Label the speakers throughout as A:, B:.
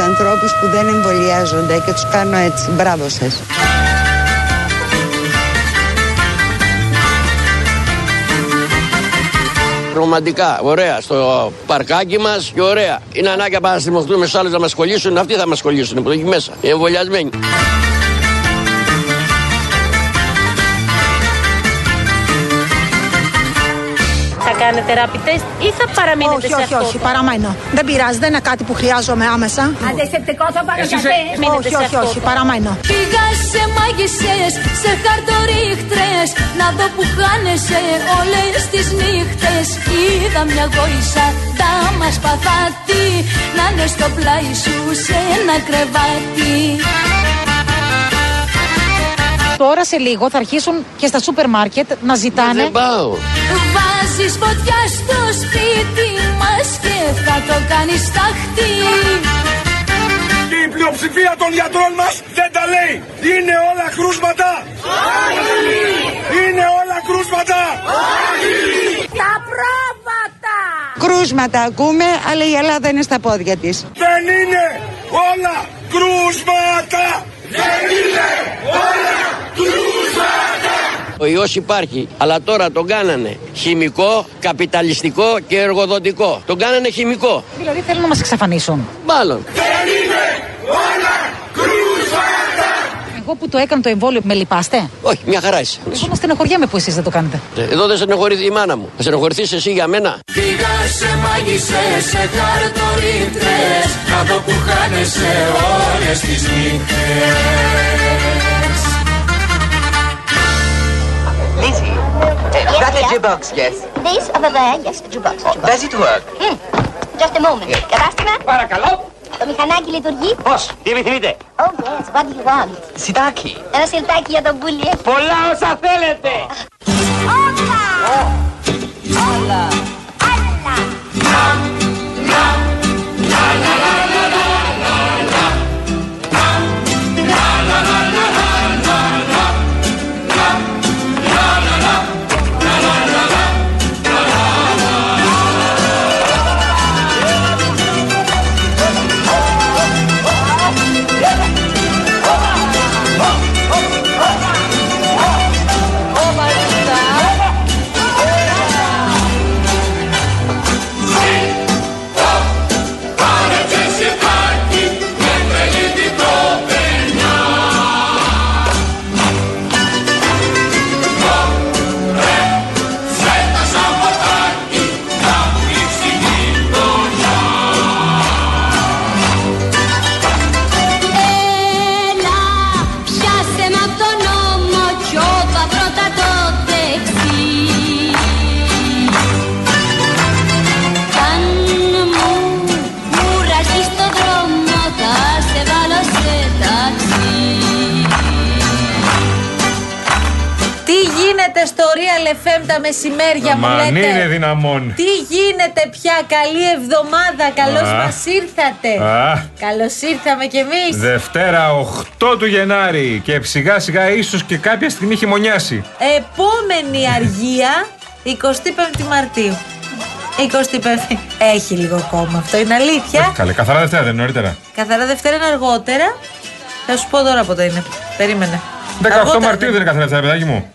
A: ανθρώπους που δεν εμβολιάζονται και τους κάνω έτσι. Μπράβο σας.
B: Ρομαντικά, ωραία, στο παρκάκι μας και ωραία. Είναι ανάγκη να πάμε να στριμωχτούμε στους άλλους να μας κολλήσουν. Αυτοί θα μας κολλήσουν που εκεί μέσα. Οι εμβολιασμένοι.
C: Θα κάνετε rapid test ή θα παραμείνετε
D: Όχι,
C: σε
D: όχι,
C: αυτό.
D: όχι, παραμένω. Δεν πειράζει, δεν είναι κάτι που χρειάζομαι άμεσα.
E: Αντισεπτικό θα πάρω καφέ.
C: μείνετε
D: όχι,
C: σε
D: όχι,
C: αυτό.
D: όχι, παραμένω.
F: Πήγα σε μάγισσες, σε χαρτορίχτρες Να δω που χάνεσαι όλες τις νύχτες Είδα μια γόησα τα μας παθάτη Να είναι στο πλάι σου σε ένα κρεβάτι
G: Τώρα σε λίγο θα αρχίσουν και στα σούπερ μάρκετ να ζητάνε.
C: ναι.
B: Δεν πάω.
F: Βάζεις φωτιά στο σπίτι μας Και θα το κάνεις τάχτη
H: Η πλειοψηφία των γιατρών μας δεν τα λέει. Είναι όλα κρούσματα. Είναι όλα κρούσματα.
E: Τα πρόβατα.
A: Κρούσματα ακούμε, αλλά η Ελλάδα είναι στα πόδια της.
H: Δεν είναι όλα κρούσματα. Δεν είναι όλα κρούσματα.
B: Ο ιός υπάρχει, αλλά τώρα τον κάνανε χημικό, καπιταλιστικό και εργοδοτικό. Τον κάνανε χημικό.
G: Δηλαδή θέλουν να μας εξαφανίσουν.
B: Μάλλον.
H: Δεν είναι όλα κρούσματα.
G: Εγώ που το έκανα το εμβόλιο, με λυπάστε.
B: Όχι, μια χαρά είσαι.
G: Εγώ να στενοχωριέμαι που εσείς δεν το κάνετε.
B: Εδώ δεν στενοχωρηθεί η μάνα μου. Θα στενοχωρηθείς εσύ για μένα.
F: Πήγα σε μάγισσες, σε χαρτορίχτρες Να δω που χάνεσαι όλες τις νύχτες
I: Lizzie, that a jukebox, yes.
E: These are the there, yes, the jukebox. the jukebox.
I: Does it work?
E: Hmm. Just a moment. Κατάστημα,
I: Παρακαλώ.
E: το μηχανάκι λειτουργεί.
I: Πώς, τι επιθυμείτε.
E: Oh yes, what do you want?
I: Σιτάκι.
E: Ένα σιρτάκι για τον πουλί.
I: Πολλά όσα θέλετε.
E: Όπα! Όλα! Άλλα!
F: Έλα, πιάσε με απ' τον ώμο κι όπα πρώτα το δεξί. Αν μου κουραστείς το δρόμο θα σε βάλω σε ταξί.
C: Τι γίνεται στο Real FM τα μεσημέρια μου
J: Μα αν
C: λέτε.
J: είναι δυναμών.
C: Τι γίνεται πια, καλή εβδομάδα, καλώς
J: Α.
C: μας ήρθατε.
J: Α.
C: Καλώς ήρθαμε κι εμείς.
J: Δευτέρα 8 του Γενάρη και σιγά σιγά ίσως και κάποια στιγμή χειμωνιάσει.
C: Επόμενη αργία 25η Μαρτίου. 25η. Έχει λίγο ακόμα αυτό, είναι αλήθεια.
J: Ε, Καλέ, καθαρά Δευτέρα δεν είναι νωρίτερα.
C: Καθαρά Δευτέρα είναι αργότερα. Θα σου πω τώρα πότε είναι. Περίμενε.
J: 18
C: Αργότερα
J: Μαρτίου δεν είναι καθαρά Δευτέρα, παιδάκι μου.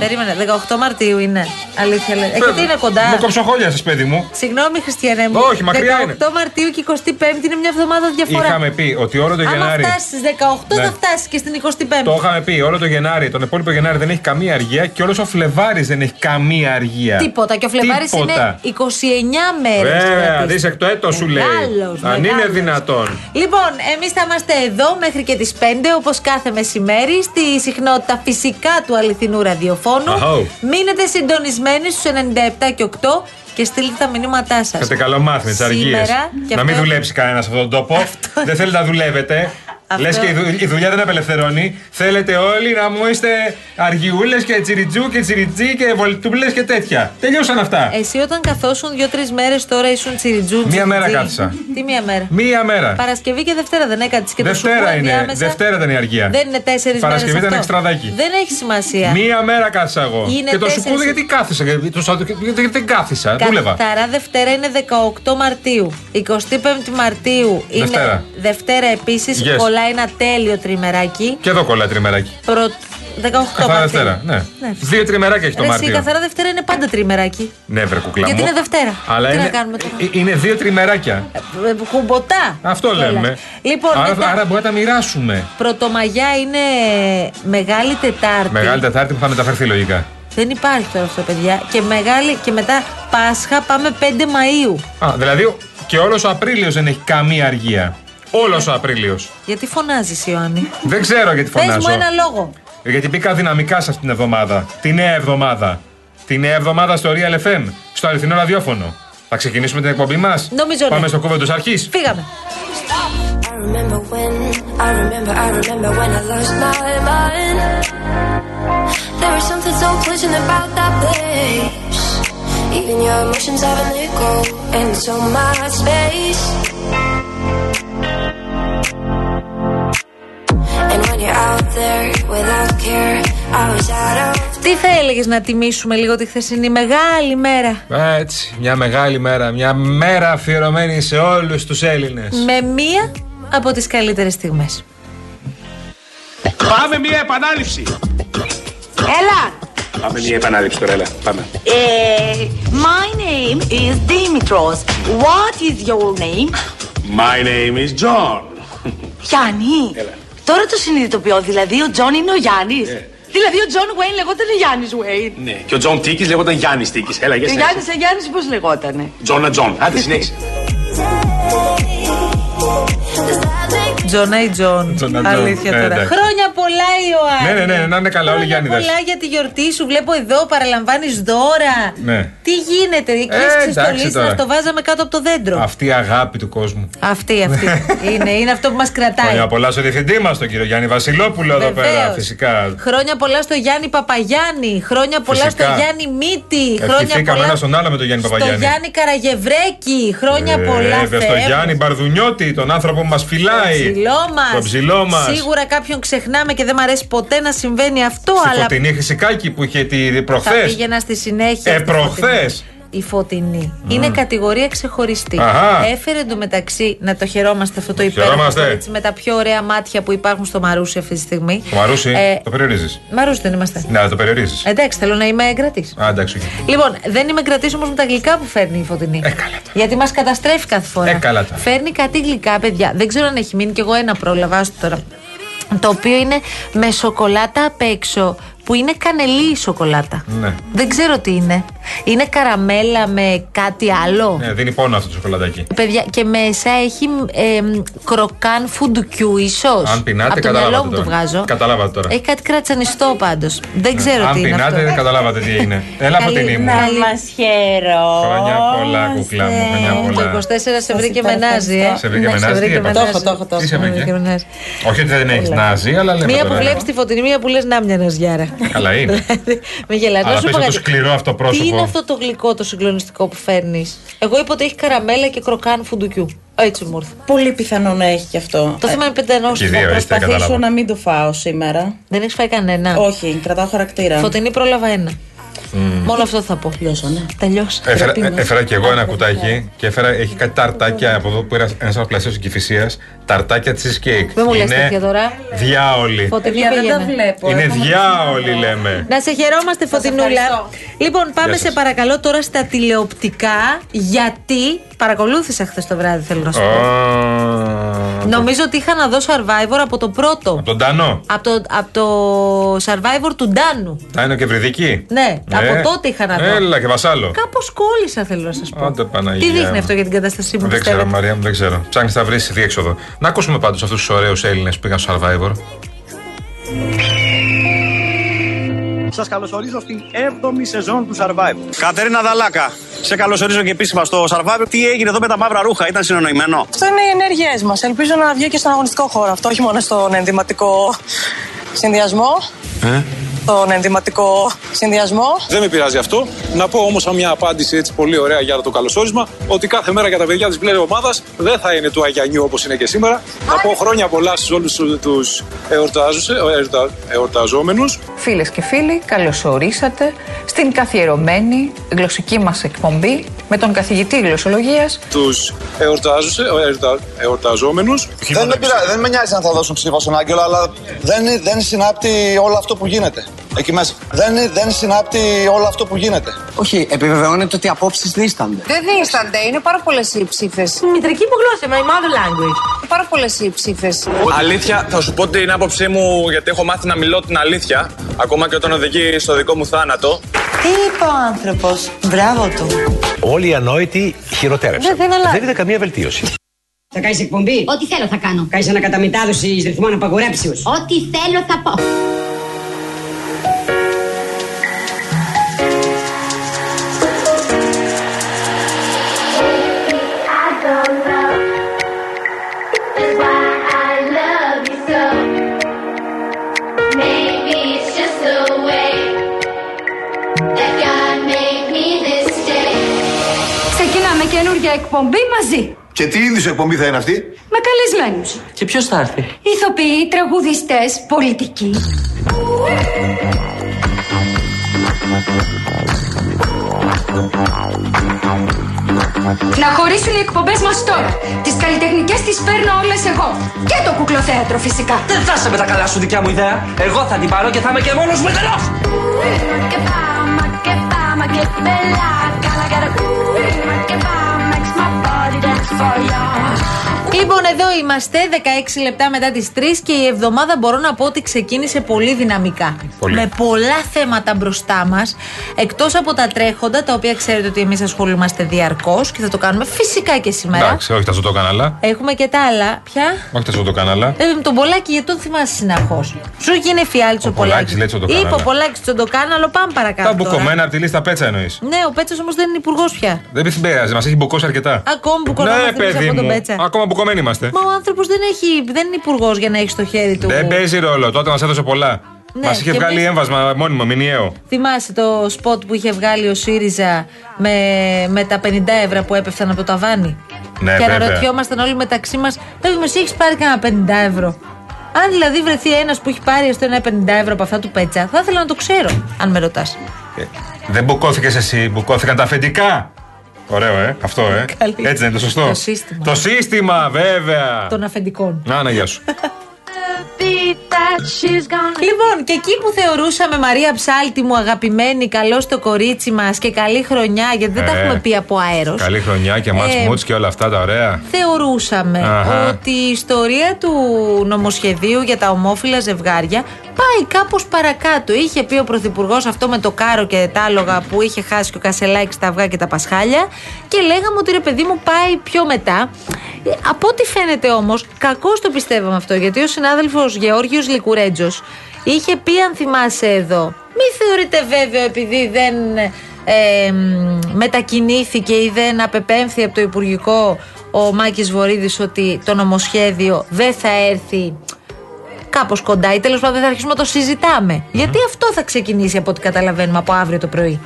C: Περίμενε, 18 Μαρτίου είναι. Αλήθεια λέει. Ε, γιατί είναι κοντά.
J: Με κοψοχόλια σας, παιδί μου.
C: Συγγνώμη, Χριστιανέ μου.
J: Όχι, μακριά
C: 18
J: είναι.
C: Μαρτίου και 25η είναι μια εβδομάδα διαφορά.
J: Είχαμε πει ότι όλο το
C: Άμα
J: Γενάρη.
C: φτάσεις στις 18,
J: Ναι.
C: θα φτάσεις και στην 25η.
J: Το είχαμε πει, όλο το Γενάρη, τον υπόλοιπο Γενάρη δεν έχει καμία αργία και όλος ο Φλεβάρης δεν έχει καμία αργία.
C: Τίποτα. Και ο Φλεβάρης είναι
J: Τίποτα.
C: 29 μέρες.
J: Βέβαια, δεις εκ το έτος σου λέει. Αν είναι δυνατόν.
C: Λοιπόν, εμείς θα είμαστε εδώ μέχρι και τις 5 όπως κάθε μεσημέρι στη συχνότητα φυσικά του αληθινού ραδιοφώνου.
J: Αχώ.
C: Μείνετε συντονισμένοι στους 97 και 8 και στείλτε τα μηνύματά σας.
J: Είστε καλομάθμιε, αργίες.
C: Σήμερα και
J: Να μην
C: αυτό-
J: δουλέψει κανένας σε αυτόν τον τόπο. Δεν θέλετε να δουλεύετε.
C: Αυτό-
J: Λες και η, δου- η δουλειά δεν απελευθερώνει. Θέλετε όλοι να μου είστε αργιούλες και τσιριτζού και τσιριτζί και βολτούμπλες και τέτοια. Τελειώσαν αυτά.
C: Εσύ όταν καθόσουν δύο-τρει μέρες τώρα ήσουν τσιριτζού. τσιριτζή.
J: μέρα κάθισα.
C: Τι μία μέρα.
J: Μία μέρα.
C: Παρασκευή και Δευτέρα δεν έκανε και το σου
J: Δευτέρα
C: πω
J: είναι.
C: ενδιάμεσα.
J: Δευτέρα ήταν η αργία.
C: Δεν είναι τέσσερις μέρες.
J: Παρασκευή ήταν εξτραδάκι.
C: Δεν έχει σημασία.
J: Μία μέρα κάθισα εγώ.
C: Είναι
J: και το
C: τέσσερις-
J: σουκούδι γιατί κάθισα. Γιατί το Σαββατοκύριακο- γιατί δεν κάθισα. Δούλευα.
C: Καθαρά Δευτέρα είναι 18 Μαρτίου. 25 Μαρτίου είναι
J: Δευτέρα.
C: Δευτέρα επίσης
J: Yes.
C: κολλάει ένα τέλειο τριμεράκι.
J: Και εδώ κολλάει τριμεράκι.
C: Προ... 18
J: Καθαρά
C: Μαρτίου.
J: Δευτέρα. Ναι.
C: Ναι.
J: Δύο τριμεράκια έχει το
C: Ρε, εσύ, η
J: Μάρτιο.
C: καθαρά Δευτέρα είναι πάντα τριμεράκι.
J: Ναι, βρε κουκλά
C: Γιατί
J: μου.
C: είναι Δευτέρα.
J: Αλλά
C: Τι
J: είναι,
C: να κάνουμε τώρα.
J: ε, είναι δύο τριμεράκια.
C: Ε, Χουμποτά.
J: Αυτό
C: κιόλας.
J: λέμε.
C: Λοιπόν,
J: άρα,
C: μετά,
J: άρα μπορεί να τα μοιράσουμε.
C: Πρωτομαγιά είναι Μεγάλη Τετάρτη.
J: Μεγάλη Τετάρτη που θα μεταφερθεί λογικά.
C: Δεν υπάρχει τώρα αυτό, παιδιά. Και, μεγάλη, και μετά Πάσχα πάμε 5 Μαΐου.
J: Α, δηλαδή και όλος ο Απρίλιος δεν έχει καμία αργία. Όλος ο Απρίλιος.
C: Γιατί φωνάζεις Ιωάννη.
J: Δεν ξέρω γιατί
C: Ναι. Πες μου
J: φωνάζω.
C: ένα λόγο.
J: Ε, Γιατί μπήκα δυναμικά σε αυτήν την εβδομάδα. Τη νέα εβδομάδα. Τη νέα εβδομάδα στο Real FM. Στο αληθινό ραδιόφωνο. Θα ξεκινήσουμε την εκπομπή μας.
C: Νομίζω, ναι.
J: Πάμε στο κόβο τη αρχής.
C: Φύγαμε.
F: I remember when, I remember, I remember when I lost my mind. There was something so pleasant about that place. Even your emotions have an echo and so my space. And when you're out there without care, I was out of
C: Τι θα έλεγε να τιμήσουμε λίγο τη χθεσινή μεγάλη μέρα.
J: Ε, Έτσι, μια μεγάλη μέρα. Μια μέρα αφιερωμένη σε όλους τους Έλληνες.
C: Με μία από τις καλύτερες στιγμές.
H: Πάμε μια επανάληψη.
E: Έλα.
H: Πάμε μια επανάληψη τώρα, έλα. Πάμε.
E: Ε, my name is Dimitros. What is your name?
H: My name is John.
E: Γιάννη. Τώρα το συνειδητοποιώ. Δηλαδή ο Τζον είναι ο Γιάννης. Δηλαδή ο Τζον Βέιν λεγόταν Γιάννης Βέιν.
H: Ναι. Και ο Τζον Τίκης λέγονταν Γιάννης Τίκης. Έλα,
E: Ο
H: γεια σας.
E: Γιάννης, ο Γιάννης πώς λεγότανε.
H: Τζόνα Τζον. Άντε, συνέχισε.
C: Τζόνα ή Τζον.
J: Τζόνα Τζον.
C: Αλήθεια
J: Ε,
C: τώρα.
J: εντάξει.
C: Χρόνια πολλά, Ιωάννη.
J: Ναι, ναι, ναι, να είναι καλά, όλοι οι
C: Χρόνια
J: Γιάννηδες.
C: πολλά για τη γιορτή σου. Βλέπω εδώ, παραλαμβάνεις δώρα.
J: Ναι.
C: Τι γίνεται, εκεί
J: Ε,
C: ε,
J: εντάξει
C: τη
J: τώρα.
C: να το βάζαμε κάτω από το δέντρο.
J: Αυτή η αγάπη του κόσμου.
C: Αυτή, αυτή. είναι, είναι αυτό που μας κρατάει.
J: Χρόνια πολλά στο διευθυντή μας, τον κύριο Γιάννη Βασιλόπουλο εδώ
C: Βεβαίως.
J: πέρα. Φυσικά.
C: Χρόνια πολλά στο Γιάννη Παπαγιάννη. Χρόνια πολλά
J: Φυσικά.
C: στο Γιάννη Μύτη. Χρόνια
J: Ευχηθήκαμε
C: πολλά
J: ένα στον άλλο με τον Γιάννη
C: στο
J: Παπαγιάννη. Ε,
C: Γιάννη Καραγευρέκη. Χρόνια πολλά.
J: Βέβαια,
C: Θεέ
J: στο
C: μου.
J: Γιάννη Μπαρδουνιώτη, τον άνθρωπο που μας φυλάει.
C: Ψηλό μας.
J: Τον ψηλό μας.
C: Σίγουρα κάποιον ξεχνάμε και δεν μ' αρέσει ποτέ να συμβαίνει αυτό,
J: Στη
C: αλλά
J: φωτεινή χρυσικάκι που είχε τη
C: θα
J: προχθέ.
C: πήγαινα στη συνέχεια.
J: Ε,
C: στη
J: προχθές.
C: Φωτεινή. Η φωτεινή. Είναι κατηγορία ξεχωριστή.
J: Αχα.
C: Έφερε εντωμεταξύ να το χαιρόμαστε αυτό το υπέροχο
J: χαιρόμαστε.
C: κορίτσι με τα πιο ωραία μάτια που υπάρχουν στο Μαρούσι αυτή τη στιγμή.
J: Το μαρούσι,
C: Ε,
J: το περιορίζεις.
C: Μαρούσι δεν είμαστε.
J: Ναι, το περιορίζεις.
C: Εντάξει, θέλω να είμαι εγκρατής.
J: Άνταξε.
C: Λοιπόν, δεν είμαι κρατή όμως με τα γλυκά που φέρνει η φωτεινή.
J: Ε, καλά τώρα.
C: Γιατί μας καταστρέφει κάθε φορά.
J: Ε, καλά τώρα.
C: Φέρνει κάτι γλυκά, παιδιά. Δεν ξέρω αν έχει μείνει κι εγώ ένα πρόλαβα. άστο τώρα. Το οποίο είναι με σοκολάτα απ' έξω που είναι κανελή η σοκολάτα.
J: Ναι.
C: Δεν ξέρω τι είναι. Είναι καραμέλα με κάτι άλλο.
J: Ναι, δίνει πόνο αυτό το σοκολατάκι.
C: Παιδιά, και μέσα έχει ε, μ, κροκάν φουντουκιού, ίσως.
J: Αν πεινάτε,
C: Από το
J: καταλάβατε
C: μυαλό μου το
J: τώρα.
C: βγάζω.
J: Καταλάβατε τώρα.
C: Έχει κάτι κρατσανιστό πάντως. Δεν ξέρω
J: Ναι. Αν
C: τι είναι.
J: πεινάτε,
C: αυτό.
J: καταλάβατε τι είναι. Έλα από την ήμου.
C: Καλή-
J: Χρόνια πολλά, κουκλά μου. Χρόνια πολλά.
C: Το 24 σε βρήκε με νάζι, ε.
J: Σε βρήκε
C: Ναι,
J: με νάζι, τι
C: βρήκε
J: έπαθε.
C: με
J: Το έχω, το έχω, το
C: Τι
J: έχω.
C: σε βρήκε
J: Βρήκε με
C: με νάζι.
J: Όχι ότι δεν έχεις να ζει, αλλά λέμε.
C: Μία που
J: τώρα,
C: βλέπει
J: ναι.
C: τη φωτεινή, μία που λες να μια ναζιάρα.
J: Καλά είναι.
C: Δηλαδή, Με γελάς.
J: Αλλά
C: Να σου
J: πες
C: πω
J: από το
C: κάτι.
J: σκληρό αυτό πρόσωπο.
C: Τι είναι αυτό το γλυκό, το συγκλονιστικό που φέρνεις. Εγώ είπα ότι έχει καραμέλα και κροκάν φουντουκιού. Έτσι μου ήρθε.
K: Πολύ πιθανό να έχει και αυτό.
C: Το θέμα είναι πεντενός.
J: Ε, Και οι δύο, έτσι τα
K: Προσπαθήσω
J: κατάλαβα.
K: να μην το φάω σήμερα.
C: Δεν έχεις φάει κανένα.
K: Όχι, κρατάω χαρακτήρα.
C: Φωτεινή πρόλαβα ένα. Μόνο αυτό θα πω. Τελειώσανε.
J: Έφερα, ε, έφερα και εγώ ένα κουτάκι και έφερα, έχει κάτι ταρτάκια από εδώ που πήρας ένας από πλαστέ τη Κυφυσία. Ταρτάκια cheesecake.
C: Δεν μου λες
J: Είναι
C: τέτοια τώρα.
J: Διάολη.
C: Φωτεινή
K: Παιδιά, δεν τα
C: πήγαινε.
K: βλέπω.
J: Είναι
K: Έχω να
J: διάολη, λέμε.
C: Να σε χαιρόμαστε, Φωτεινούλα.
K: ευχαριστώ.
C: Λοιπόν, πάμε
J: Γεια σας.
C: σε παρακαλώ τώρα στα τηλεοπτικά. Γιατί παρακολούθησα χθες το βράδυ, θέλω να σου
J: Ω,
C: πω.
J: από-
C: Νομίζω ότι είχα να δω survivor από το πρώτο.
J: Από τον Τανό.
C: Από το, από το survivor του Ντάνου.
J: Τάνο και Βρυδική.
C: Ναι, από τότε είχα να δω.
J: Έλα και βασάλο.
C: Κάπως κόλλησα, θέλω να σας πω.
J: Άντε, Παναγία
C: Τι
J: μου.
C: δείχνει αυτό για την κατάστασή μου,
J: Δεν ξέρω,
C: πιστεύετε.
J: Μαρία μου, δεν ξέρω. Ψάχνεις να βρεις διέξοδο. Να ακούσουμε πάντως αυτούς τους ωραίους Έλληνες που πήγαν στο survivor.
H: Σας καλωσορίζω στην 7η σεζόν του Survivor. Κατερίνα Δαλάκα, σε καλωσορίζω και επίσημα στο Survivor. Τι έγινε εδώ με τα μαύρα ρούχα, ήταν συνεννοημένο.
K: Αυτό είναι οι ενέργειές μας. Ελπίζω να βγει και στον αγωνιστικό χώρο αυτό, όχι μόνο στον ενδυματικό συνδυασμό.
J: Ε?
K: Τον ενδυματικό συνδυασμό.
H: Δεν με πειράζει αυτό. Να πω όμως μια απάντηση έτσι πολύ ωραία για το καλωσόρισμα: Ότι κάθε μέρα για τα παιδιά της μπλε ομάδας δεν θα είναι του Αγιανιού όπως είναι και σήμερα. Να πω χρόνια πολλά σε όλους τους ε, εορταζόμενους.
I: Φίλες και φίλοι, καλώς ορίσατε στην καθιερωμένη γλωσσική μας εκπομπή με
L: με τον καθηγητή γλωσσολογίας.
H: Τους ε, εορταζόμενους.
M: Δεν με, πειρά- δεν με νοιάζει αν θα δώσουν ψήφο στον Άγγελο, αλλά δεν, δεν συνάπτει όλο αυτό που γίνεται. Εκεί μέσα. Δεν, δεν συνάπτει όλο αυτό που γίνεται.
N: Όχι, επιβεβαιώνεται ότι οι απόψεις δίστανται.
O: Δεν δίστανται, είναι πάρα πολλές οι ψήφες. Μητρική μου γλώσσα, my mother language. Πάρα πολλές οι ψήφες.
P: Αλήθεια, θα σου πω την άποψή μου, γιατί έχω μάθει να μιλώ την αλήθεια, ακόμα και όταν οδηγεί στο δικό μου θάνατο.
A: Τι είπε ο άνθρωπος. Μπράβο του.
Q: Όλοι οι ανόητοι χειροτέρεψαν.
A: Δεν- δεν αλλάζει.
Q: είδα καμία βελτίωση.
R: Θα κάνεις εκπομπή. Ό,τι θέλω θα κάνω. Κάνεις ανακαταμετάδοση εις ρυθμών απαγορέψεως. Ό,τι θέλω θα πω.
F: Ξεκινάμε καινούργια εκπομπή μαζί.
S: Και τι είδους εκπομπή θα είναι αυτή.
F: Με καλεσμένους.
S: Και ποιος θα έρθει.
F: Ηθοποιοί, τραγουδιστές, πολιτικοί. Να χωρίσουν οι εκπομπές μας τώρα. Τις καλλιτεχνικές τις παίρνω όλες εγώ. Και το κουκλοθέατρο φυσικά.
T: Δεν θα είσαι με τα καλά σου δικιά μου ιδέα. Εγώ θα την πάρω και θα είμαι και μόνος μου εντελώς.
C: Λοιπόν, εδώ είμαστε 16 λεπτά μετά τις 3 και η εβδομάδα μπορώ να πω ότι ξεκίνησε πολύ δυναμικά.
U: Πολύ.
C: Με πολλά θέματα μπροστά μας. Εκτός από τα τρέχοντα, τα οποία ξέρετε ότι εμείς ασχολούμαστε διαρκώς και θα το κάνουμε φυσικά και σήμερα.
J: Εντάξει, όχι τα ζωτοκαναλά.
C: Έχουμε και τα άλλα. Ποια?
J: Όχι τα ζωτοκαναλά.
C: Ε, με τον Πολάκη, γιατί τον θυμάσαι συνεχώς. Σου γίνει φιάλτη ο,
J: Πολάκης λέει τσοντοκάναλο.
C: Είπε ο Πολάκη τσοντοκάναλο, πάμε παρακάτω.
J: Τα
C: τώρα.
J: μπουκωμένα από τη λίστα πέτσα εννοείς.
C: Ναι, ο Πέτσα όμως δεν είναι υπουργός πια.
J: Δεν την πειράζει, μας έχει μπουκώσει αρκετά.
C: Ακόμα που
J: Ναι,
C: κορονοϊός
J: παιδί
C: από τον
J: μου.
C: Πέτσα.
J: Ακόμα μπουκωμένοι είμαστε.
C: Μα ο άνθρωπος δεν, έχει- δεν είναι υπουργός για να έχει στο χέρι του.
J: Δεν παίζει ρόλο. Τότε μας έδωσε πολλά.
C: Ναι,
J: Μας είχε
C: και
J: βγάλει
C: εμείς-
J: έμβασμα μόνιμο, μηνιαίο.
C: Θυμάσαι το σποτ που είχε βγάλει ο ΣΥΡΙΖΑ με, με τα 50 ευρώ που έπεφταν από το ταβάνι.
J: Ναι,
C: και
J: βέβαια.
C: αναρωτιόμασταν όλοι μεταξύ μας, Παιδί μου, εσύ έχεις πάρει κανένα 50 ευρώ. Αν δηλαδή βρεθεί ένας που έχει πάρει έστω ένα 50 ευρώ από αυτά του πέτσα, θα ήθελα να το ξέρω, αν με ρωτάς.
J: Ε, Δεν μπουκώθηκες εσύ, μπουκώθηκαν τα αφεντικά. Ωραίο, ε. Αυτό, ε.
C: Καλή.
J: Έτσι δεν είναι το σωστό.
C: Το σύστημα.
J: Το σύστημα, βέβαια.
C: Των αφεντικών.
J: Να, να, γεια σου.
C: Λοιπόν, και εκεί που θεωρούσαμε Μαρία Ψάλτη μου αγαπημένη, καλό στο κορίτσι μας και καλή χρονιά, γιατί δεν τα
J: Ε,
C: έχουμε πει από αέρος.
J: Καλή χρονιά και μάτς
C: Ε,
J: μούτς και όλα αυτά τα ωραία.
C: θεωρούσαμε
J: Αχα.
C: ότι η ιστορία του νομοσχεδίου για τα ομόφυλα ζευγάρια πάει κάπως παρακάτω. Είχε πει ο Πρωθυπουργός αυτό με το κάρο και τα άλογα που είχε χάσει και ο Κασελάκης τα αυγά και τα πασχάλια. Και λέγαμε ότι ρε παιδί μου πάει πιο μετά. Ε, Από ό,τι φαίνεται όμως, κακώς το πιστεύαμε αυτό, γιατί ο συνάδελφος Γεώργιος Λικουρέτζος είχε πει, αν θυμάσαι εδώ, μη θεωρείτε βέβαιο επειδή δεν ε, μ, μετακινήθηκε ή δεν απεπέμφθη από το Υπουργικό ο Μάκης Βορύδης ότι το νομοσχέδιο δεν θα έρθει κάπως κοντά ή τέλος πάντων δεν θα αρχίσουμε να το συζητάμε. Γιατί αυτό θα ξεκινήσει από ό,τι καταλαβαίνουμε από αύριο το πρωί.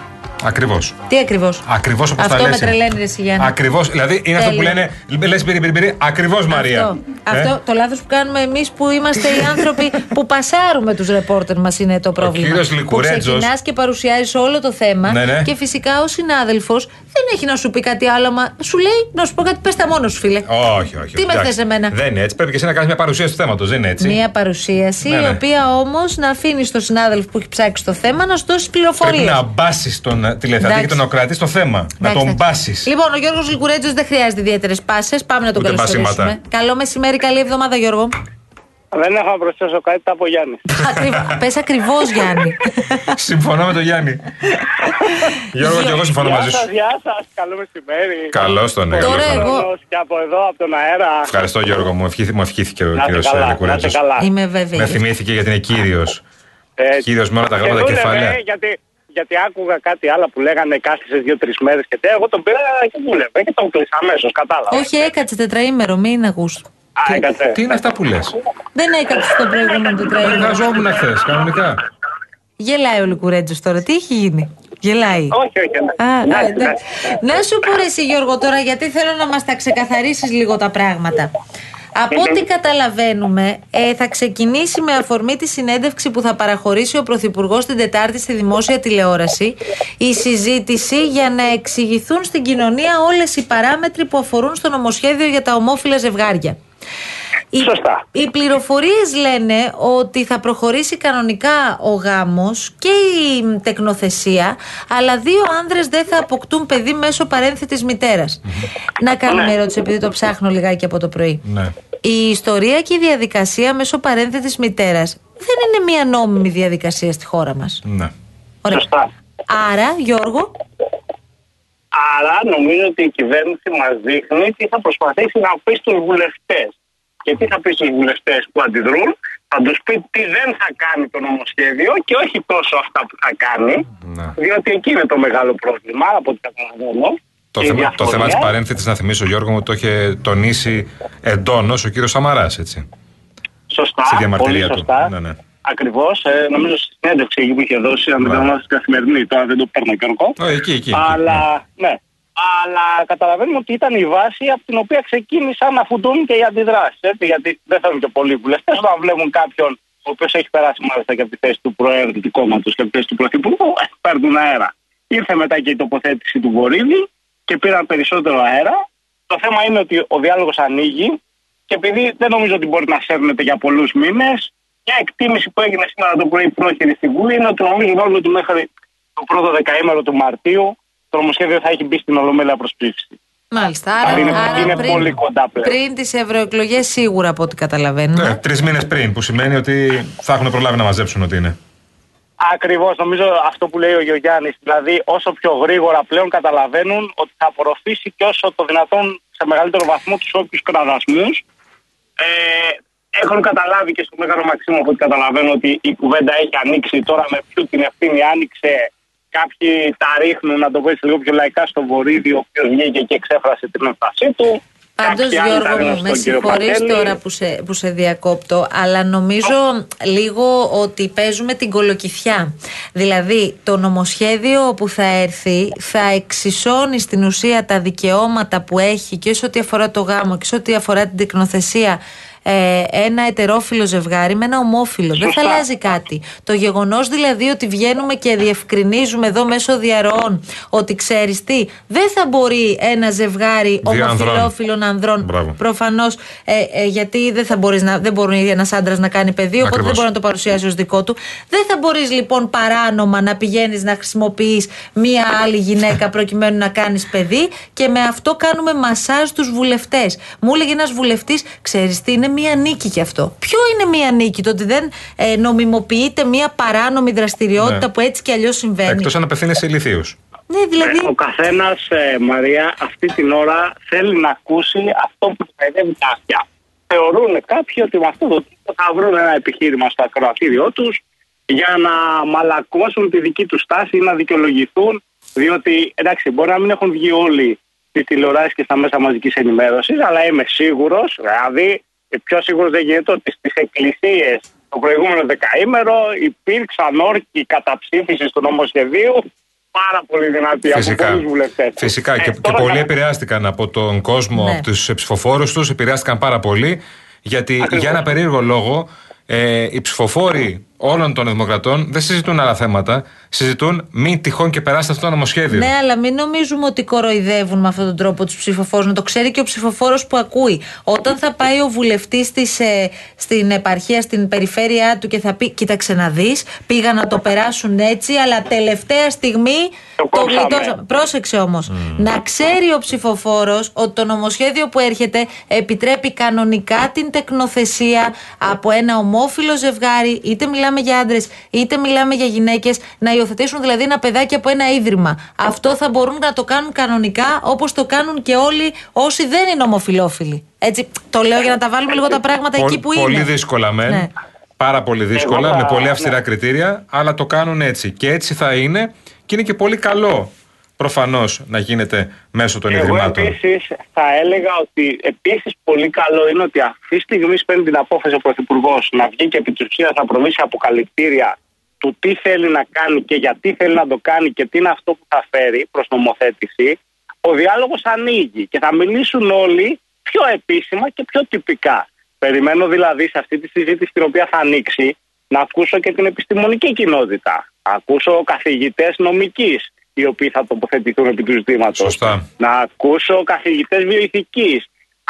J: Ακριβώς.
C: Τι ακριβώς.
J: Ακριβώς όπως
C: Αυτό
J: τα
C: με
J: λες.
C: τρελαίνεις ρε Σιγιάννη.
J: Ακριβώς, δηλαδή είναι αυτό που
C: Τέλεια.
J: λένε, λες πυρί πυρί πυρί, ακριβώς Μαρία.
C: Αυτό,
J: Ε,
C: αυτό το λάθος που κάνουμε εμείς που είμαστε οι άνθρωποι που πασάρουμε τους ρεπόρτερ μας είναι το πρόβλημα.
J: κύριος
C: που
J: Λικουρέτζος-
C: ξεκινάς και παρουσιάζεις όλο το θέμα
J: Ναι, ναι.
C: και φυσικά ο συνάδελφος δεν έχει να σου πει κάτι άλλο, μα σου λέει να σου πω κάτι, πες τα μόνος σου φίλε.
J: Όχι, όχι.
C: Τι με
J: εντάξει.
C: θες εμένα?
J: Δεν είναι έτσι. Πρέπει και εσύ να κάνεις μια παρουσίαση του θέματος. Δεν είναι έτσι.
C: Μία παρουσίαση,
J: Ναι, ναι.
C: η οποία όμως να αφήνεις στον συνάδελφο που έχει ψάξει το θέμα να σου δώσει πληροφορίε.
J: Πρέπει να μπάσει τον ε, τηλεθεατή
C: Εντάξει.
J: και τον οκράτη στο θέμα. Να τον μπάσεις.
C: Λοιπόν, ο Γιώργος Λικουρέτζο δεν χρειάζεται ιδιαίτερες πάσες. Πάμε να τον
J: Ούτε
C: καλωσορίσουμε.
J: πασίματα.
C: Καλό μεσημέρι, καλή εβδομάδα, Γιώργο.
V: Δεν έχω να προσθέσω κάτι τα από Γιάννη.
C: Πες ακριβώς, Γιάννη.
J: Συμφωνώ με τον Γιάννη. Γιώργο, και εγώ συμφωνώ μαζί σου.
V: σας, γεια σας. Καλό μεσημέρι.
J: Καλώς τον, ναι, Τώρα καλώς τον. εγώ.
V: Και από εδώ, από τον αέρα.
J: Ευχαριστώ, Γιώργο. Μου, ευχήθη, μου ευχήθηκε ο
V: Να είστε
J: κύριος
V: καλά, να
J: Λεκουρέτζο.
V: είστε καλά. Είμαι
C: βέβαιη.
J: Με θυμήθηκε γιατί είναι κύριος.
V: Ε,
J: Κύριος με όλα τα γράμματα
V: και δούλευε,
J: κεφάλαια.
V: ε, γιατί, γιατί άκουγα κάτι άλλο που λέγανε κάθισες δύο-τρει μέρες και τέτοια. Εγώ τον πήρα και δούλευε και τον κλείσα αμέσως. Κατάλαβα.
C: Όχι, έκατσε τετραήμερο, μην αγούς.
V: Α, έκατσε.
J: Τι είναι αυτά που λες.
C: Δεν έκατσε το προηγούμενο τετραήμερο.
J: Εργαζόμουν χθες, κανονικά.
C: Γελάει ο Λικουρέτζο τώρα, τι έχει γίνει. Γελάει.
V: Όχι, όχι. ναι.
C: Α, ναι. α, εντάξει. Να σου πω ρε εσύ Γιώργο τώρα γιατί θέλω να μας τα ξεκαθαρίσεις λίγο τα πράγματα. Από ό,τι καταλαβαίνουμε, ε, θα ξεκινήσει με αφορμή τη συνέντευξη που θα παραχωρήσει ο Πρωθυπουργός την Τετάρτη στη δημόσια τηλεόραση η συζήτηση για να εξηγηθούν στην κοινωνία όλες οι παράμετροι που αφορούν στο νομοσχέδιο για τα ομόφυλα ζευγάρια. Οι, Σωστά. Οι πληροφορίες λένε ότι θα προχωρήσει κανονικά ο γάμος και η τεκνοθεσία, αλλά δύο άνδρες δεν θα αποκτούν παιδί μέσω παρένθετης μητέρας. Να κάνω
V: Ναι.
C: μια ερώτηση επειδή το ψάχνω λιγάκι από το πρωί.
J: Ναι.
C: Η ιστορία και η διαδικασία μέσω παρένθετης μητέρας δεν είναι μια νόμιμη διαδικασία στη χώρα μας.
J: Ναι.
C: Ωραία. Άρα, Γιώργο,
V: Άρα νομίζω ότι η κυβέρνηση μας δείχνει τι θα προσπαθήσει να πει στου βουλευτές. Και τι θα πει στους βουλευτές που αντιδρούν, θα τους πει τι δεν θα κάνει το νομοσχέδιο και όχι τόσο αυτά που θα κάνει.
J: Ναι.
V: Διότι εκεί είναι το μεγάλο πρόβλημα από ό,τι καταλαβαίνω.
J: Το
V: Και η
J: θέμα, το
V: διαφορά-
J: θέμα της παρένθετης, να θυμίσω Γιώργο μου, το είχε τονίσει εντόνως ο κύριος Σαμαράς, έτσι.
V: Σωστά,
J: Στη
V: πολύ
J: διαμαρτυρία του.
V: σωστά.
J: Ναι, ναι.
V: Ακριβώς. Ε, νομίζω στη συνέντευξη εκεί που είχε δώσει, αν δεν
J: Ναι.
V: κάνω λάθο, στην καθημερινή. Τώρα δεν το παίρνω Γιώργο.
J: εκεί, εκεί.
V: Αλλά, ναι. Αλλά καταλαβαίνουμε ότι ήταν η βάση από την οποία ξεκίνησαν να φουντούν και οι αντιδράσεις. Γιατί δεν θέλουν και πολλοί βουλευτές όταν βλέπουν κάποιον ο οποίος έχει περάσει μάλιστα και από τη θέση του Προέδρου του κόμματος και από τη θέση του Πρωθυπουργού, ε, παίρνουν αέρα. Ήρθε μετά και η τοποθέτηση του Βορύδη και πήραν περισσότερο αέρα. Το θέμα είναι ότι ο διάλογος ανοίγει και επειδή δεν νομίζω ότι μπορεί να σέρνεται για πολλούς μήνες, μια εκτίμηση που έγινε σήμερα το πρωί πρόχειρη στη Βουλή είναι ότι νομίζω όλοι ότι μέχρι το πρώτο δεκαήμερο του Μαρτίου το νομοσχέδιο θα έχει μπει στην Ολομέλεια προς ψήφιση.
C: μάλιστα.
V: Άρα
C: Άρα,
V: είναι,
C: άρα
V: είναι
C: πριν,
V: πολύ κοντά πλέον.
C: πριν τις ευρωεκλογές σίγουρα από ό,τι καταλαβαίνουμε.
J: Ναι, τρεις μήνες πριν, που σημαίνει ότι θα έχουν προλάβει να μαζέψουν ότι είναι.
V: Ακριβώς, νομίζω αυτό που λέει ο Γιωγιάννη. Δηλαδή, όσο πιο γρήγορα πλέον καταλαβαίνουν ότι θα απορροφήσει και όσο το δυνατόν σε μεγαλύτερο βαθμό τους όποιους κραδασμού. Ε, έχουν καταλάβει και στο Μέγαρο Μαξίμου, από ό,τι καταλαβαίνω, ότι η κουβέντα έχει ανοίξει. Τώρα με ποιο την ευθύνη άνοιξε. Κάποιοι τα ρίχνουν, να το πω έτσι λίγο πιο λαϊκά, στον Βορύδη, ο οποίος βγήκε και εξέφρασε την έμφασή του.
C: Πάντως,
V: Κάποιοι άλλοι τα
C: Γιώργο,
V: ρίχνουν
C: μου, με
V: στον κύριο
C: συγχωρείς
V: Παντέλη.
C: τώρα που σε, που σε διακόπτω, αλλά νομίζω λίγο ότι παίζουμε την κολοκυθιά. Δηλαδή, το νομοσχέδιο που θα έρθει θα εξισώνει στην ουσία τα δικαιώματα που έχει και σε ό,τι αφορά το γάμο και σε ό,τι αφορά την τεκνοθεσία ε, ένα ετερόφιλο ζευγάρι με ένα ομόφιλο. Δεν θα αλλάζει κάτι. Το γεγονός δηλαδή ότι βγαίνουμε και διευκρινίζουμε εδώ μέσω διαρροών ότι ξέρεις τι, δεν θα μπορεί ένα ζευγάρι
J: Δύο ανδρών.
C: ομοφιλόφιλων ανδρών.
J: Μπράβο.
C: Προφανώς ε, ε, γιατί δεν, θα μπορείς να, δεν μπορεί ένας άντρας να κάνει παιδί, οπότε
J: Ακριβώς.
C: δεν μπορεί να το παρουσιάσει ως δικό του. Δεν θα μπορείς λοιπόν παράνομα να πηγαίνεις να χρησιμοποιείς μία άλλη γυναίκα προκειμένου να κάνεις παιδί και με αυτό κάνουμε μασάζ στου βουλευτές. Μου έλεγε ένας βουλευτής, ξέρεις τι, είναι μία νίκη κι αυτό. Ποιο είναι μία νίκη, το ότι δεν ε, νομιμοποιείται μία παράνομη δραστηριότητα
J: Ναι.
C: που έτσι κι αλλιώς συμβαίνει.
J: Εκτός αν απευθύνεσαι ηλικίους.
C: Ναι, δηλαδή.
V: Ο καθένας, Μαρία, αυτή την ώρα θέλει να ακούσει αυτό που του παιδεύει τα αυτιά. Θεωρούν κάποιοι ότι με αυτό το τρόπο θα βρουν ένα επιχείρημα στο ακροατήριό τους για να μαλακώσουν τη δική τους στάση ή να δικαιολογηθούν. Διότι, εντάξει, μπορεί να μην έχουν βγει όλοι στη τηλεοράσεις και στα μέσα μαζικής ενημέρωσης, αλλά είμαι σίγουρος, δηλαδή, πιο σίγουρος δεν γίνεται ότι στις εκκλησίες το προηγούμενο δεκαήμερο υπήρξαν όρκοι καταψήφισης του νομοσχεδίου πάρα πολύ δυνατή
J: Φυσικά.
V: από Ε, πολλούς βουλευτές.
J: Φυσικά και, και πολλοί επηρεάστηκαν από τον κόσμο,
V: Ναι.
J: από τους ψηφοφόρους τους, επηρεάστηκαν πάρα πολύ. Γιατί για ένα περίεργο λόγο ε, οι ψηφοφόροι όλων των Δημοκρατών δεν συζητούν άλλα θέματα. Συζητούν μην τυχόν και περάσει αυτό το νομοσχέδιο.
C: Ναι, αλλά μην νομίζουμε ότι κοροϊδεύουν με αυτόν τον τρόπο τους ψηφοφόρους. Να το ξέρει και ο ψηφοφόρος που ακούει. Όταν θα πάει ο βουλευτής στην επαρχία, στην περιφέρειά του και θα πει: Κοίταξε να δεις, πήγα να το περάσουν έτσι, αλλά τελευταία στιγμή το
L: κόψαμε».
C: γλιτώσαμε. Πρόσεξε όμως. Να ξέρει ο ψηφοφόρος ότι το νομοσχέδιο που έρχεται επιτρέπει κανονικά την τεκνοθεσία από ένα ομόφυλο ζευγάρι, είτε μιλάμε για άντρες, είτε μιλάμε για γυναίκες, να υιοθετήσουν δηλαδή ένα παιδάκι από ένα ίδρυμα. Αυτό θα μπορούν να το κάνουν κανονικά όπως το κάνουν και όλοι όσοι δεν είναι ομοφυλόφιλοι. Έτσι, το λέω για να τα βάλουμε λίγο τα πράγματα
J: Πο-
C: εκεί που είναι.
J: Ε, πολύ δύσκολα μεν.
C: Ναι.
J: Πάρα πολύ δύσκολα,
V: Εγώ θα-
J: με πολύ αυστηρά
V: ναι.
J: κριτήρια, αλλά το κάνουν έτσι. Και έτσι θα είναι και είναι και πολύ καλό προφανώς να γίνεται μέσω των
V: Εγώ
J: Ιδρυμάτων.
V: επίσης θα έλεγα ότι επίσης πολύ καλό είναι ότι αυτή τη στιγμή παίρνει την απόφαση ο Πρωθυπουργός να βγει και επί της ουσίας να προμήσει αποκαλυπτήρια του τι θέλει να κάνει και γιατί θέλει να το κάνει και τι είναι αυτό που θα φέρει προς νομοθέτηση. Ο διάλογος ανοίγει και θα μιλήσουν όλοι πιο επίσημα και πιο τυπικά. Περιμένω δηλαδή σε αυτή τη συζήτηση την οποία θα ανοίξει να ακούσω και την επιστημονική κοινότητα. Να ακούσω καθηγητές νομικής οι οποίοι θα τοποθετηθούν επί του ζητήματος. Να ακούσω καθηγητές βιοειθικής.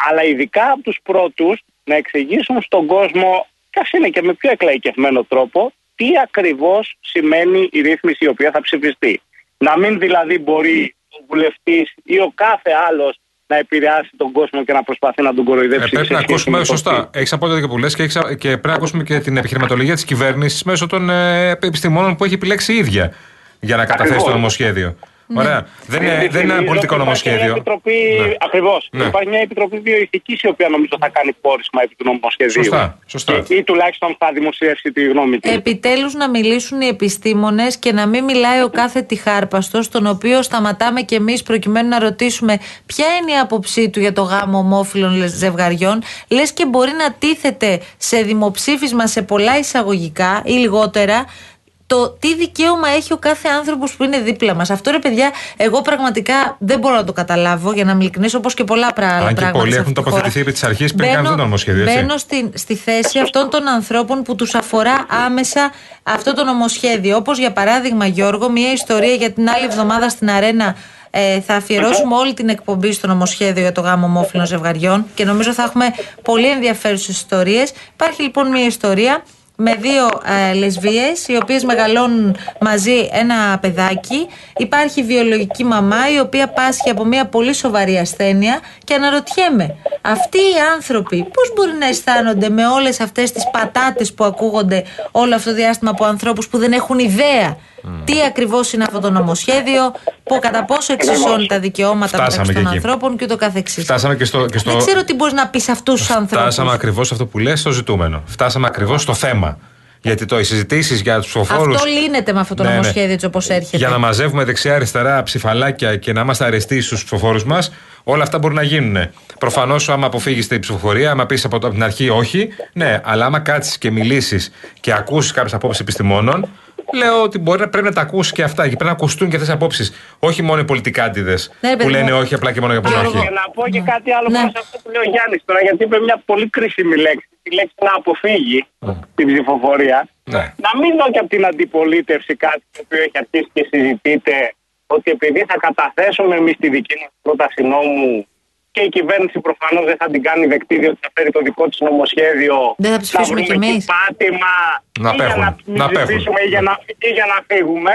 V: Αλλά ειδικά από τους πρώτους να εξηγήσουν στον κόσμο, κι ας είναι και με πιο εκλαϊκευμένο τρόπο, τι ακριβώς σημαίνει η ρύθμιση η οποία θα ψηφιστεί. Να μην δηλαδή μπορεί ο βουλευτής ή ο κάθε άλλος να επηρεάσει τον κόσμο και να προσπαθεί να τον κοροϊδέψει. σε
J: Ε, Πρέπει να
V: σχέση με
J: ακούσουμε.
V: το τι-
J: Σωστά. Έχει απόλυτα δίκιο που λες και, έχεις α- και πρέπει να ακούσουμε και την επιχειρηματολογία της κυβέρνησης μέσω των ε, επιστημόνων που έχει επιλέξει η ίδια για να καταθέσει το
V: Ακριβώς.
J: νομοσχέδιο. Ωραία. Ε, Δεν είναι,
V: Επειδή
J: δεν είναι ένα
V: θυμίζω
J: πολιτικό
V: ότι υπάρχει μια
J: νομοσχέδιο.
V: Επιτροπή...
J: Ναι.
V: Ακριβώς.
J: Ναι.
V: Υπάρχει μια επιτροπή βιοειθικής η οποία νομίζω θα κάνει πόρισμα επί του νομοσχεδίου.
J: Σωστά, σωστά.
V: Ή, ή τουλάχιστον θα δημοσιεύσει τη γνώμη
J: Ε,
V: της.
C: Επιτέλους να μιλήσουν οι επιστήμονες και να μην μιλάει ο κάθε τυχάρπαστος τον οποίο σταματάμε και εμείς προκειμένου να ρωτήσουμε ποια είναι η άποψή του για το γάμο ομόφυλων λες, ζευγαριών λες και μπορεί να τίθεται σε δημοψήφισμα σε πολλά εισαγωγικά ή λιγότερα το τι δικαίωμα έχει ο κάθε άνθρωπος που είναι δίπλα μας. Αυτό ρε παιδιά, εγώ πραγματικά δεν μπορώ να το καταλάβω για να είμαι ειλικρινής, όπως και πολλά πρα- άλλα
J: Αν
C: πράγματα.
J: και πολλοί
C: σε
J: έχουν
C: αυτή τη χώρα.
J: τοποθετηθεί επί της αρχής πριν
C: Μπαίνω-
J: κάνουν το νομοσχέδιο. έτσι.
C: Μπαίνω στην, στη θέση αυτών των ανθρώπων που τους αφορά άμεσα αυτό το νομοσχέδιο. Όπως για παράδειγμα Γιώργο, μια ιστορία για την άλλη εβδομάδα στην Αρένα ε, θα αφιερώσουμε όλη την εκπομπή στο νομοσχέδιο για το γάμο ομόφυλων ζευγαριών και νομίζω θα έχουμε πολύ ενδιαφέρουσες ιστορίες. Υπάρχει λοιπόν μια ιστορία με δύο ε, λεσβίες οι οποίες μεγαλώνουν μαζί ένα παιδάκι. Υπάρχει βιολογική μαμά η οποία πάσχει από μια πολύ σοβαρή ασθένεια και αναρωτιέμαι αυτοί οι άνθρωποι πώς μπορεί να αισθάνονται με όλες αυτές τις πατάτες που ακούγονται όλο αυτό το διάστημα από ανθρώπους που δεν έχουν ιδέα τι ακριβώς είναι αυτό το νομοσχέδιο, που κατά πόσο εξισώνει τα δικαιώματα
J: Φτάσαμε
C: μεταξύ
J: και
C: των
J: εκεί.
C: ανθρώπων και ούτω καθεξής.
J: Φτάσαμε και στο. Και στο...
C: Δεν ξέρω τι μπορείς να πεις σε αυτούς τους ανθρώπους.
J: Φτάσαμε ακριβώς αυτό που λες στο ζητούμενο. Φτάσαμε ακριβώς στο θέμα. Γιατί το, οι συζητήσεις για τους ψηφοφόρους.
C: Αυτό λύνεται με αυτό το
J: Ναι, ναι.
C: νομοσχέδιο έτσι όπως έρχεται.
J: Για να μαζεύουμε δεξιά-αριστερά ψηφαλάκια και να είμαστε αρεστοί στους ψηφοφόρους μας, όλα αυτά μπορούν να γίνουν. Προφανώς, άμα αποφύγεις την ψηφοφορία, άμα πεις από, το- από την αρχή όχι, ναι, αλλά άμα κάτσεις και μιλήσεις και ακούσεις κάποιες απόψεις επιστημόνων, λέω ότι μπορεί, να- πρέπει να τα ακούσει και αυτά. Και πρέπει να ακουστούν και αυτές τι απόψεις. Όχι μόνο οι πολιτικάντιδες
V: Ναι, ρε,
J: που
V: παιδί
J: λένε
V: μου.
J: όχι απλά και μόνο για
V: Άλλο,
J: πούν όχι.
V: Και να πω και κάτι
C: Ναι.
V: άλλο πάνω σε αυτό που λέει ο Γιάννης τώρα, γιατί είπε μια πολύ κρίσιμη λέξη. Τη λέξη να αποφύγει την ψηφοφορία.
J: Ναι.
V: Να μην δω και από την αντιπολίτευση κάτι το οποίο έχει αρχίσει και συζητείται ότι επειδή θα καταθέσουμε εμείς τη δική μας πρόταση νόμου και η κυβέρνηση προφανώς δεν θα την κάνει δεκτή, διότι θα φέρει το δικό της νομοσχέδιο.
C: Δεν θα ψηφίσουμε
V: βρούμε
C: κι εμείς.
V: εκεί Πάτημα
J: Να
V: ή για
J: πέφτουν.
V: να,
J: Να πέφτουν.
V: ψηφίσουμε ή για να, ή για να φύγουμε.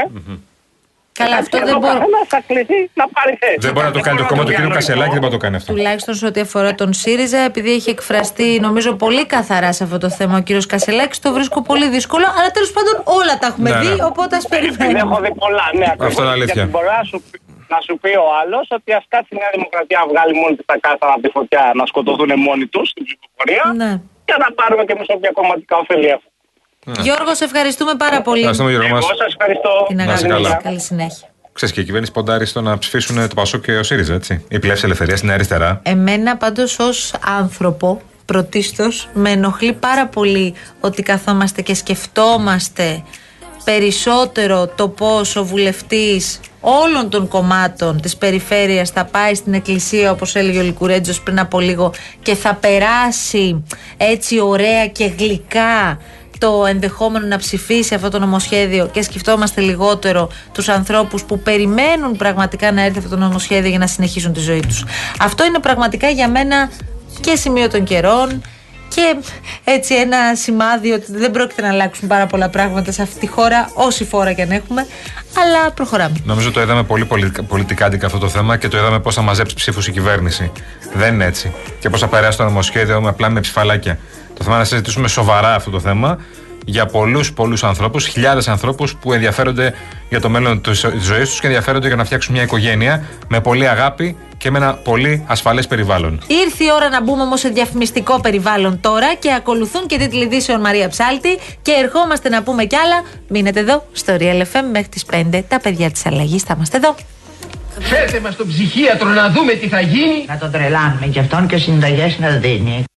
C: Καλά, αυτό
V: Και
C: δεν
V: ο
C: μπορώ.
V: καθένας Θα κληθεί να πάρει θέση.
J: Δεν μπορεί να το κάνει το κόμμα του κ. Κασελάκη, δεν μπορεί να το κάνει αυτό.
C: Τουλάχιστον σε ό,τι αφορά τον ΣΥΡΙΖΑ, επειδή έχει εκφραστεί νομίζω πολύ καθαρά σε αυτό το θέμα ο κύριο Κασελάκης, το βρίσκω πολύ δύσκολο. Αλλά τέλος πάντων όλα τα έχουμε
J: Ναι,
C: δει,
J: ναι.
C: οπότε ας
V: Δεν
C: περιμένουμε.
V: έχω δει πολλά. Ναι, ακριβώς.
J: είναι αλήθεια.
V: Γιατί μπορεί να σου, πει- να σου πει ο άλλος ότι α κάτσει η Νέα Δημοκρατία να βγάλει μόνη τη τα κάρτα από τη φωτιά να σκοτωθούν μόνοι τους στην ψηφοφορία
C: Ναι.
V: και να πάρουμε και εμείς όποια κομματικά ωφέλη έχουμε.
C: Γιώργο, σε ευχαριστούμε πάρα πολύ.
J: Ναι. Ευχαριστούμε, Γιώργο μας.
V: Εγώ σας ευχαριστώ.
C: Την
J: Να είσαι
C: αγάπη
J: καλά.
C: μας. Καλή συνέχεια.
J: Ξέρεις και η κυβέρνηση ποντάρει στο να ψηφίσουν το Πασό και ο ΣΥΡΙΖΑ, έτσι. Η πλεύση ελευθερίας είναι αριστερά.
C: Εμένα πάντως ως άνθρωπο πρωτίστως με ενοχλεί πάρα πολύ ότι καθόμαστε και σκεφτόμαστε περισσότερο το πώς ο βουλευτής όλων των κομμάτων της περιφέρειας θα πάει στην εκκλησία όπως έλεγε ο Λικουρέτζος πριν από λίγο και θα περάσει έτσι ωραία και γλυκά το ενδεχόμενο να ψηφίσει αυτό το νομοσχέδιο και σκεφτόμαστε λιγότερο τους ανθρώπους που περιμένουν πραγματικά να έρθει αυτό το νομοσχέδιο για να συνεχίσουν τη ζωή τους. Αυτό είναι πραγματικά για μένα και σημείο των καιρών και έτσι ένα σημάδι ότι δεν πρόκειται να αλλάξουν πάρα πολλά πράγματα σε αυτή τη χώρα, όση φορά και αν έχουμε, αλλά προχωράμε.
J: Νομίζω το είδαμε πολύ πολιτικά, πολιτικάντικα αυτό το θέμα και το είδαμε πώς θα μαζέψει ψήφους η κυβέρνηση. Δεν είναι έτσι. Και πώς θα περάσει το νομοσχέδιο με απλά με ψηφαλάκια. Το θέμα είναι να συζητήσουμε σοβαρά αυτό το θέμα για πολλούς πολλούς ανθρώπους, χιλιάδες ανθρώπους που ενδιαφέρονται για το μέλλον της ζωής τους και ενδιαφέρονται για να φτιάξουν μια οικογένεια με πολύ αγάπη και με ένα πολύ ασφαλές περιβάλλον.
C: Ήρθε η ώρα να μπούμε όμως σε διαφημιστικό περιβάλλον τώρα και ακολουθούν και τίτλοι ειδήσεων Μαρία Ψάλτη και ερχόμαστε να πούμε κι άλλα. Μείνετε εδώ στο Real FM μέχρι τις 5. Τα παιδιά της αλλαγής θα είμαστε εδώ.
I: Φέρτε μας στον ψυχίατρο να δούμε τι θα γίνει. Να τον τρελάνουμε κι αυτόν και συνταγές να δίνει.